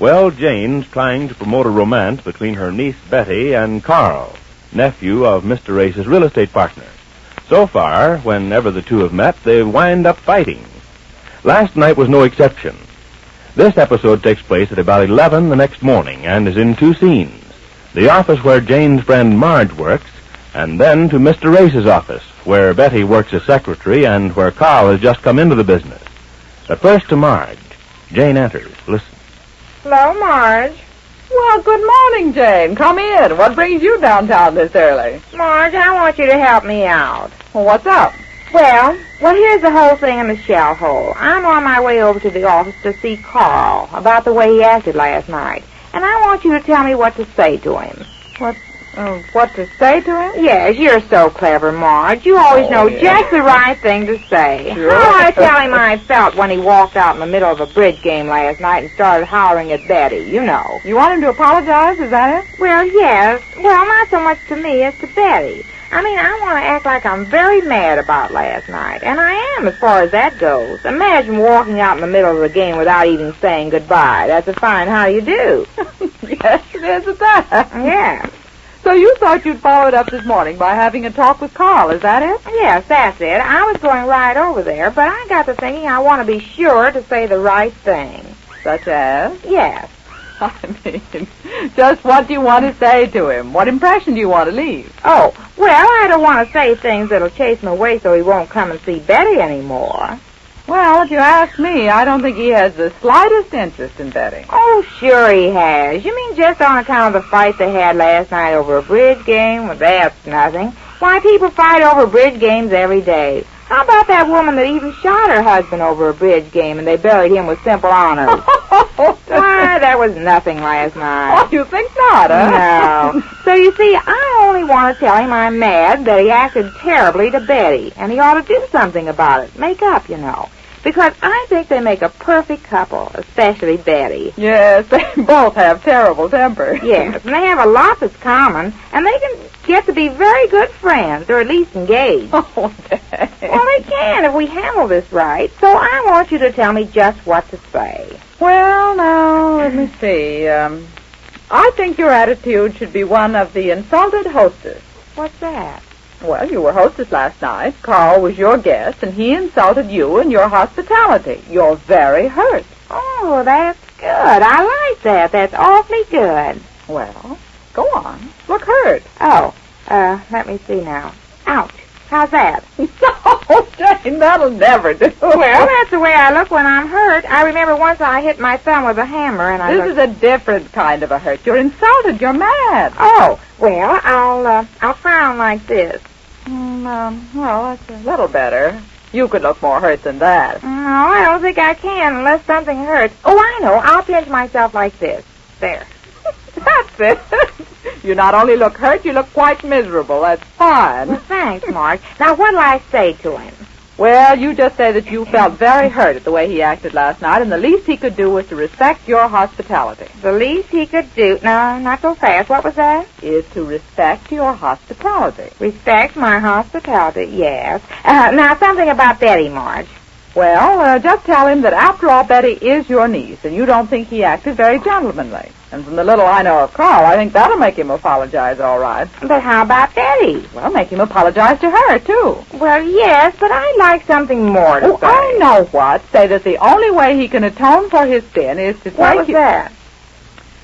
Well, Jane's trying to promote a romance between her niece Betty and Carl, nephew of Mr. Race's real estate partner. So far, whenever the two have met, they wind up fighting. Last night was no exception. This episode takes place at about 11 the next morning and is in two scenes. The office where Jane's friend Marge works, and then to Mr. Race's office, where Betty works as secretary and where Carl has just come into the business. But first to Marge. Jane enters. Listen. Hello, Marge. Well, good morning, Jane. Come in. What brings you downtown this early? Marge, I want you to help me out. Well, what's up? Well, well, here's the whole thing in a shell hole. I'm on my way over to the office to see Carl about the way he acted last night, and I want you to tell me what to say to him. What? Uh, what to say to him? Yes, you're so clever, Marge. You always Oh, know yeah. just the right thing to say. Sure. How do I tell him I felt when he walked out in the middle of a bridge game last night and started hollering at Betty, you know. You want him to apologize? Is that it? Well, yes. Well, not so much to me as to Betty. I mean, I want to act like I'm very mad about last night, and I am as far as that goes. Imagine walking out in the middle of the game without even saying goodbye. That's a fine how you do. yes, it is at that. Yeah. So you thought you'd follow it up this morning by having a talk with Carl? Is that it? Yes, that's it. I was going right over there, but I got to thinking I want to be sure to say the right thing. Such as? Yes. I mean, just what do you want to say to him? What impression do you want to leave? Oh, well, I don't want to say things that'll chase him away so he won't come and see Betty anymore. Well, if you ask me, I don't think he has the slightest interest in betting. Oh, sure he has. You mean just on account of the fight they had last night over a bridge game? Well, that's nothing. Why, people fight over bridge games every day. How about that woman that even shot her husband over a bridge game and they buried him with simple honors? Why, that was nothing last Oh, night. you think not, huh? No. So you see, I only want to tell him I'm mad that he acted terribly to Betty, and he ought to do something about it. Make up, you know. Because I think they make a perfect couple, especially Betty. yes, they both have terrible tempers. Yes, and they have a lot that's common, and they can get to be very good friends, or at least engaged. Oh, Dad. well, they can if we handle this right. So I want you to tell me just what to say. Well, now, let me see. Um, I think your attitude should be one of the insulted hostess. What's that? Well, you were hostess last night. Carl was your guest, and he insulted you and your hospitality. You're very hurt. Oh, that's good. I like that. That's awfully good. Well, go on. Look hurt. Oh, uh, let me see now. Ouch. How's that? no, Jane, that'll never do. Oh, Well, that's the way I look when I'm hurt. I remember once I hit my thumb with a hammer, and I this looked- is a different kind of a hurt. You're insulted. You're mad. Oh, well, I'll uh, I'll frown like this. Mm, um, well, that's a little better. You could look more hurt than that. No, I don't think I can unless something hurts. Oh, I know. I'll pinch myself like this. There. That's it. you not only look hurt, you look quite miserable. That's Well, fine. thanks, Mark. Now, what'll I say to him? Well, you just say that you felt very hurt at the way he acted last night, and the least he could do was to respect your hospitality. The least he could do. No, not so fast. What was that? Is to respect your hospitality. Respect my hospitality, yes. Uh, now, something about Betty, Marge. Well, uh, just tell him that after all, Betty is your niece, and you don't think he acted very gentlemanly. And from the little I know of Carl, I think that'll make him apologize all right. But how about Betty? Well, make him apologize to her, too. Well, yes, but I'd like something more to Oh, say. I know what. Say that the only way he can atone for his sin is to What take was you. that?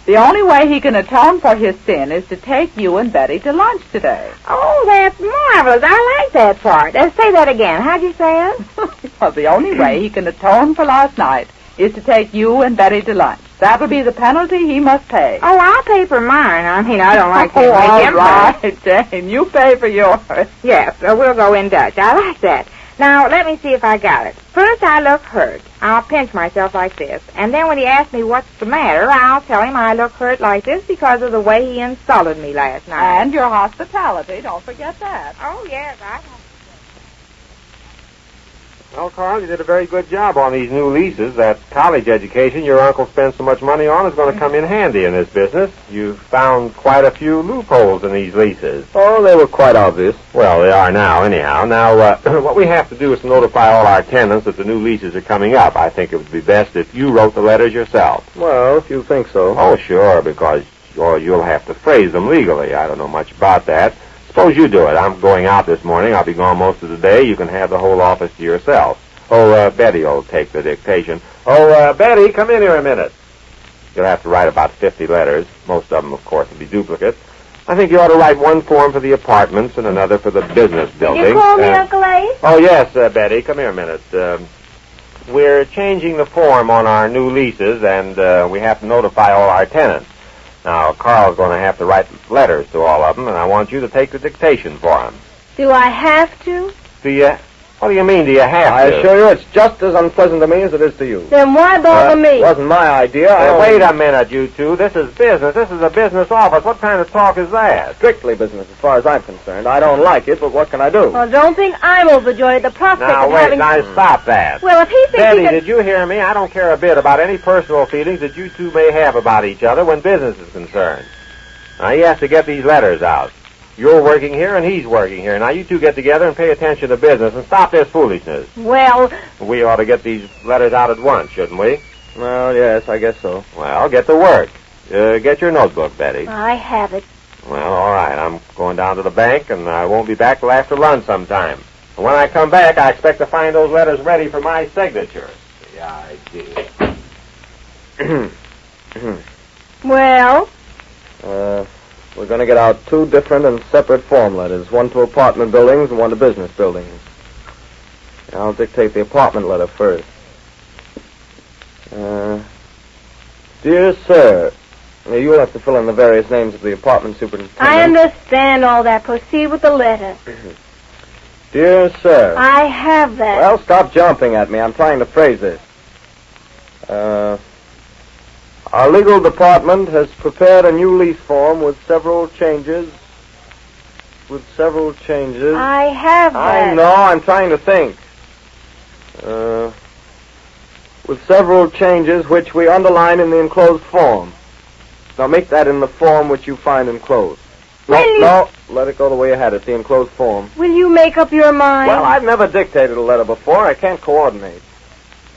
The only way he can atone for his sin is to take you and Betty to lunch today. Oh, that's marvelous. I like that part. Uh, say that again. How'd you say it? well, the only way he can atone for last night is to take you and Betty to lunch. That'll be the penalty he must pay. Oh, I'll pay for mine. I mean, I don't like to oh, make all him right, Jane. You pay for yours. Yes, uh, we'll go in Dutch. I like that. Now, let me see if I got it. First, I look hurt. I'll pinch myself like this. And then when he asks me what's the matter, I'll tell him I look hurt like this because of the way he insulted me last night. And your hospitality. Don't forget that. Oh, yes, I... Well, Carl, you did a very good job on these new leases. That college education your uncle spends so much money on is going to come in handy in this business. You've found quite a few loopholes in these leases. Oh, they were quite obvious. Well, they are now, anyhow. Now, uh, what we have to do is to notify all our tenants that the new leases are coming up. I think it would be best if you wrote the letters yourself. Well, if you think so. Oh, sure, because or you'll have to phrase them legally. I don't know much about that. Suppose you do it. I'm going out this morning. I'll be gone most of the day. You can have the whole office to yourself. Oh, uh, Betty will take the dictation. Oh, uh, Betty, come in here a minute. You'll have to write about 50 letters. Most of them, of course, will be duplicates. I think you ought to write one form for the apartments and another for the business building. You call me Uh, Uncle Abe? Oh, yes, uh, Betty. Come here a minute. Um, we're changing the form on our new leases, and uh, we have to notify all our tenants. Now, Carl's going to have to write letters to all of them, and I want you to take the dictation for him. Do I have to? Do you... What do you mean, do you have I to? assure you, it's just as unpleasant to me as it is to you. Then why Uh, Wasn't my idea. I Uh, only- wait a minute, you two. This is business. This is a business office. What kind of talk is that? Strictly business, as far as I'm concerned. I don't like it, but what can I Oh, do? Well, don't think I'm overjoyed at the prospect Now, of wait. having. Now, stop that. Well, if he thinks Betty, he could... did you hear me? I don't care a bit about any personal feelings that you two may have about each other when business is concerned. Now, he has to get these letters out. You're working here and he's working here. Now, you two get together and pay attention to business and stop this foolishness. Well, We ought to get these letters out at once, shouldn't we? Well, yes, I guess so. Well, get to work. Uh, get your notebook, Betty. I have it. Well, all right. I'm going down to the bank, and I won't be back till after lunch sometime. And when I come back, I expect to find those letters ready for my signature. The idea. Well, Uh, we're going to get out two different and separate form letters, one to apartment buildings and one to business buildings. I'll dictate the apartment letter first. Uh, dear sir, Now, you'll have to fill in the various names of the apartment superintendent. I understand all that. Proceed with the letter. Dear sir. I have that. Well, stop jumping at me. I'm trying to phrase this. Uh, our legal department has prepared a new lease form with several changes. With several changes. I have that. I know. I'm trying to think. Uh, with several changes which we underline in the enclosed form. Now make that in the form which you find enclosed. No, Will you- no, let it go the way you had it. The enclosed form. Will you make up your mind? Well, I've never dictated a letter before. I can't coordinate.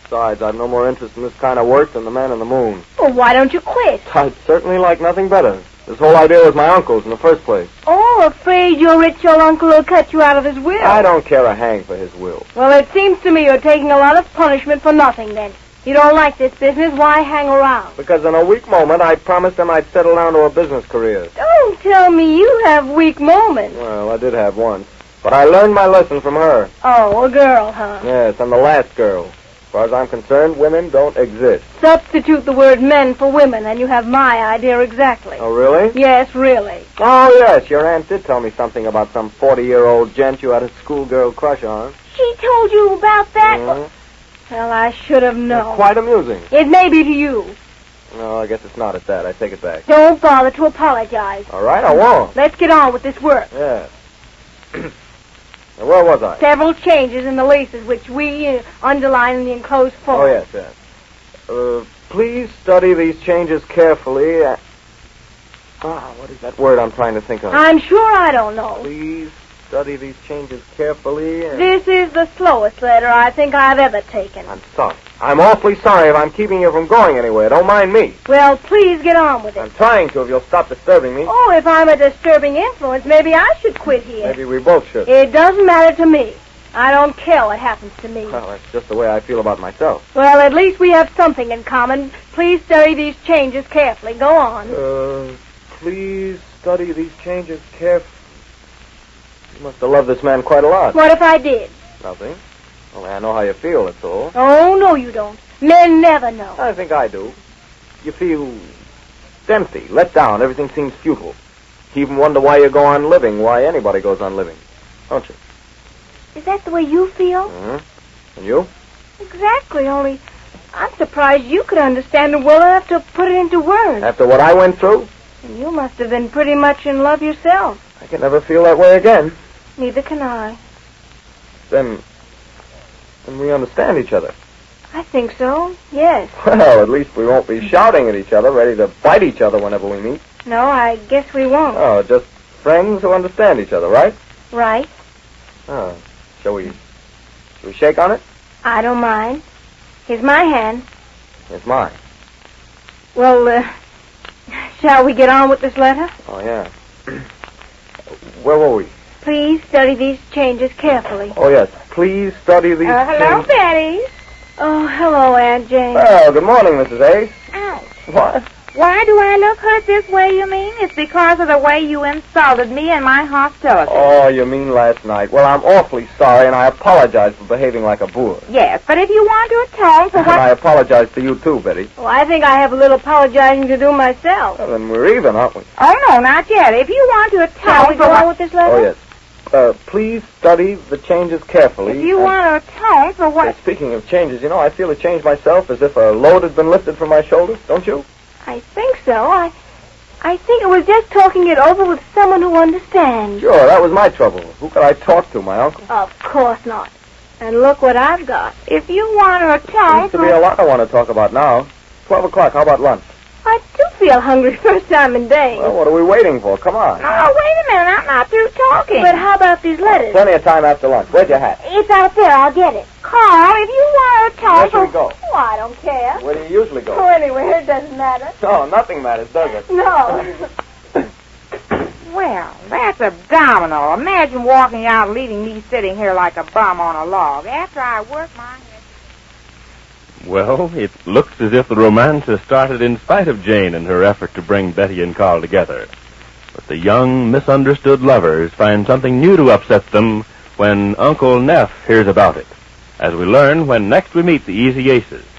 Besides, I've no more interest in this kind of work than the man in the moon. Well, why don't you quit? I'd certainly like nothing better. This whole idea was my uncle's in the first place. Oh, afraid your rich old uncle will cut you out of his will. I don't care a hang for his will. Well, it seems to me you're taking a lot of punishment for nothing, then. You don't like this business, why hang around? Because in a weak moment, I promised him I'd settle down to a business career. Don't tell me you have weak moments. Well, I did have one. But I learned my lesson from her. Oh, a girl, huh? Yes, I'm the last girl. As far as I'm concerned, women don't exist. Substitute the word men for women, and you have my idea exactly. Oh, really? Yes, really. Oh, yes. Your aunt did tell me something about some 40-year-old gent you had a schoolgirl crush on. She told you about that? Mhm. Well, I should have known. Quite amusing. It may be to you. No, I guess it's not at that. I take it back. Don't bother to apologize. All right, I won't. Let's get on with this work. Yeah. Now, Where was I? Several changes in the leases, which we uh, underline in the enclosed form. Oh, yes, yes. Uh, please study these changes carefully. Ah, what is that word I'm trying to think of? I'm sure I don't know. Please study these changes carefully. and- This is the slowest letter I think I've ever taken. I'm sorry. I'm awfully sorry if I'm keeping you from going anywhere. Don't mind me. Well, please get on with it. I'm trying to if you'll stop disturbing me. Oh, if I'm a disturbing influence, maybe I should quit here. Maybe we both should. It doesn't matter to me. I don't care what happens to me. Well, that's just the way I feel about myself. Well, at least we have something in common. Please study these changes carefully. Go on. Uh, please study these changes carefully. You must have loved this man quite a lot. What if I did? Nothing. Only I know how you feel, that's all. Oh, no, you don't. Men never know. I think I do. You feel empty, let down. Everything seems futile. You even wonder why you go on living, why anybody goes on living. Don't you? Is that the way you feel? hmm And you? Exactly, only I'm surprised you could understand it well enough to put it into words. After what I went through, And you must have been pretty much in love yourself. I can never feel that way again. Neither can I. Then, And we understand each other. I think so. Yes. Well, at least we won't be shouting at each other, ready to bite each other whenever we meet. No, I guess we won't. Oh, just friends who understand each other, right? Right. Oh. Shall we, shall we shake on it? I don't mind. Here's my hand. It's mine. Well, uh, shall we get on with this letter? Oh, yeah. Where were we? Please study these changes carefully. Oh, yes. Please study these Uh, hello, things. Betty. Oh, hello, Aunt Jane. Well, good morning, Mrs. Ace. Ouch. What? Why do I look hurt this way, you mean? It's because of the way you insulted me and my hostility. Oh, you mean last night. Well, I'm awfully sorry, and I apologize for behaving like a boor. Yes, but if you want to atone for And what... I apologize to you, too, Betty. Well, I think I have a little apologizing to do myself. Well, then we're even, aren't we? Oh, no, not yet. If you want to Shall we atone for go on what... with this Oh, letter? yes. Uh, please study the changes carefully. If you and- want to atone for Hey, what... Speaking of changes, you know, I feel a change myself as if a load had been lifted from my shoulders, don't you? I think so. I, I think it was just talking it over with someone who understands. Sure, that was my trouble. Who could I talk to, my uncle? Of course not. And look what I've got. If you want to atone Seems to be a for... lot I want to talk about now. Twelve o'clock, how about lunch? I do feel hungry first time in days. Well, what are we waiting for? Come on. Oh, wait a minute. I'm not through talking. but how about these letters? Plenty of time after lunch. Where's your hat? It's out there. I'll get it. Carl, if you want to Where atone should we for... go? Oh, I don't care. Where do you usually Go go? anywhere. Oh, It doesn't matter. No, nothing matters, does it? No. Well, that's abdominal. Imagine walking out and leaving me sitting here like a bum on a log after I work my... Well, it looks as if the romance has started in spite of Jane and her effort to bring Betty and Carl together. But the young, misunderstood lovers find something new to upset them when Uncle Neff hears about it, as we learn when next we meet the Easy Aces.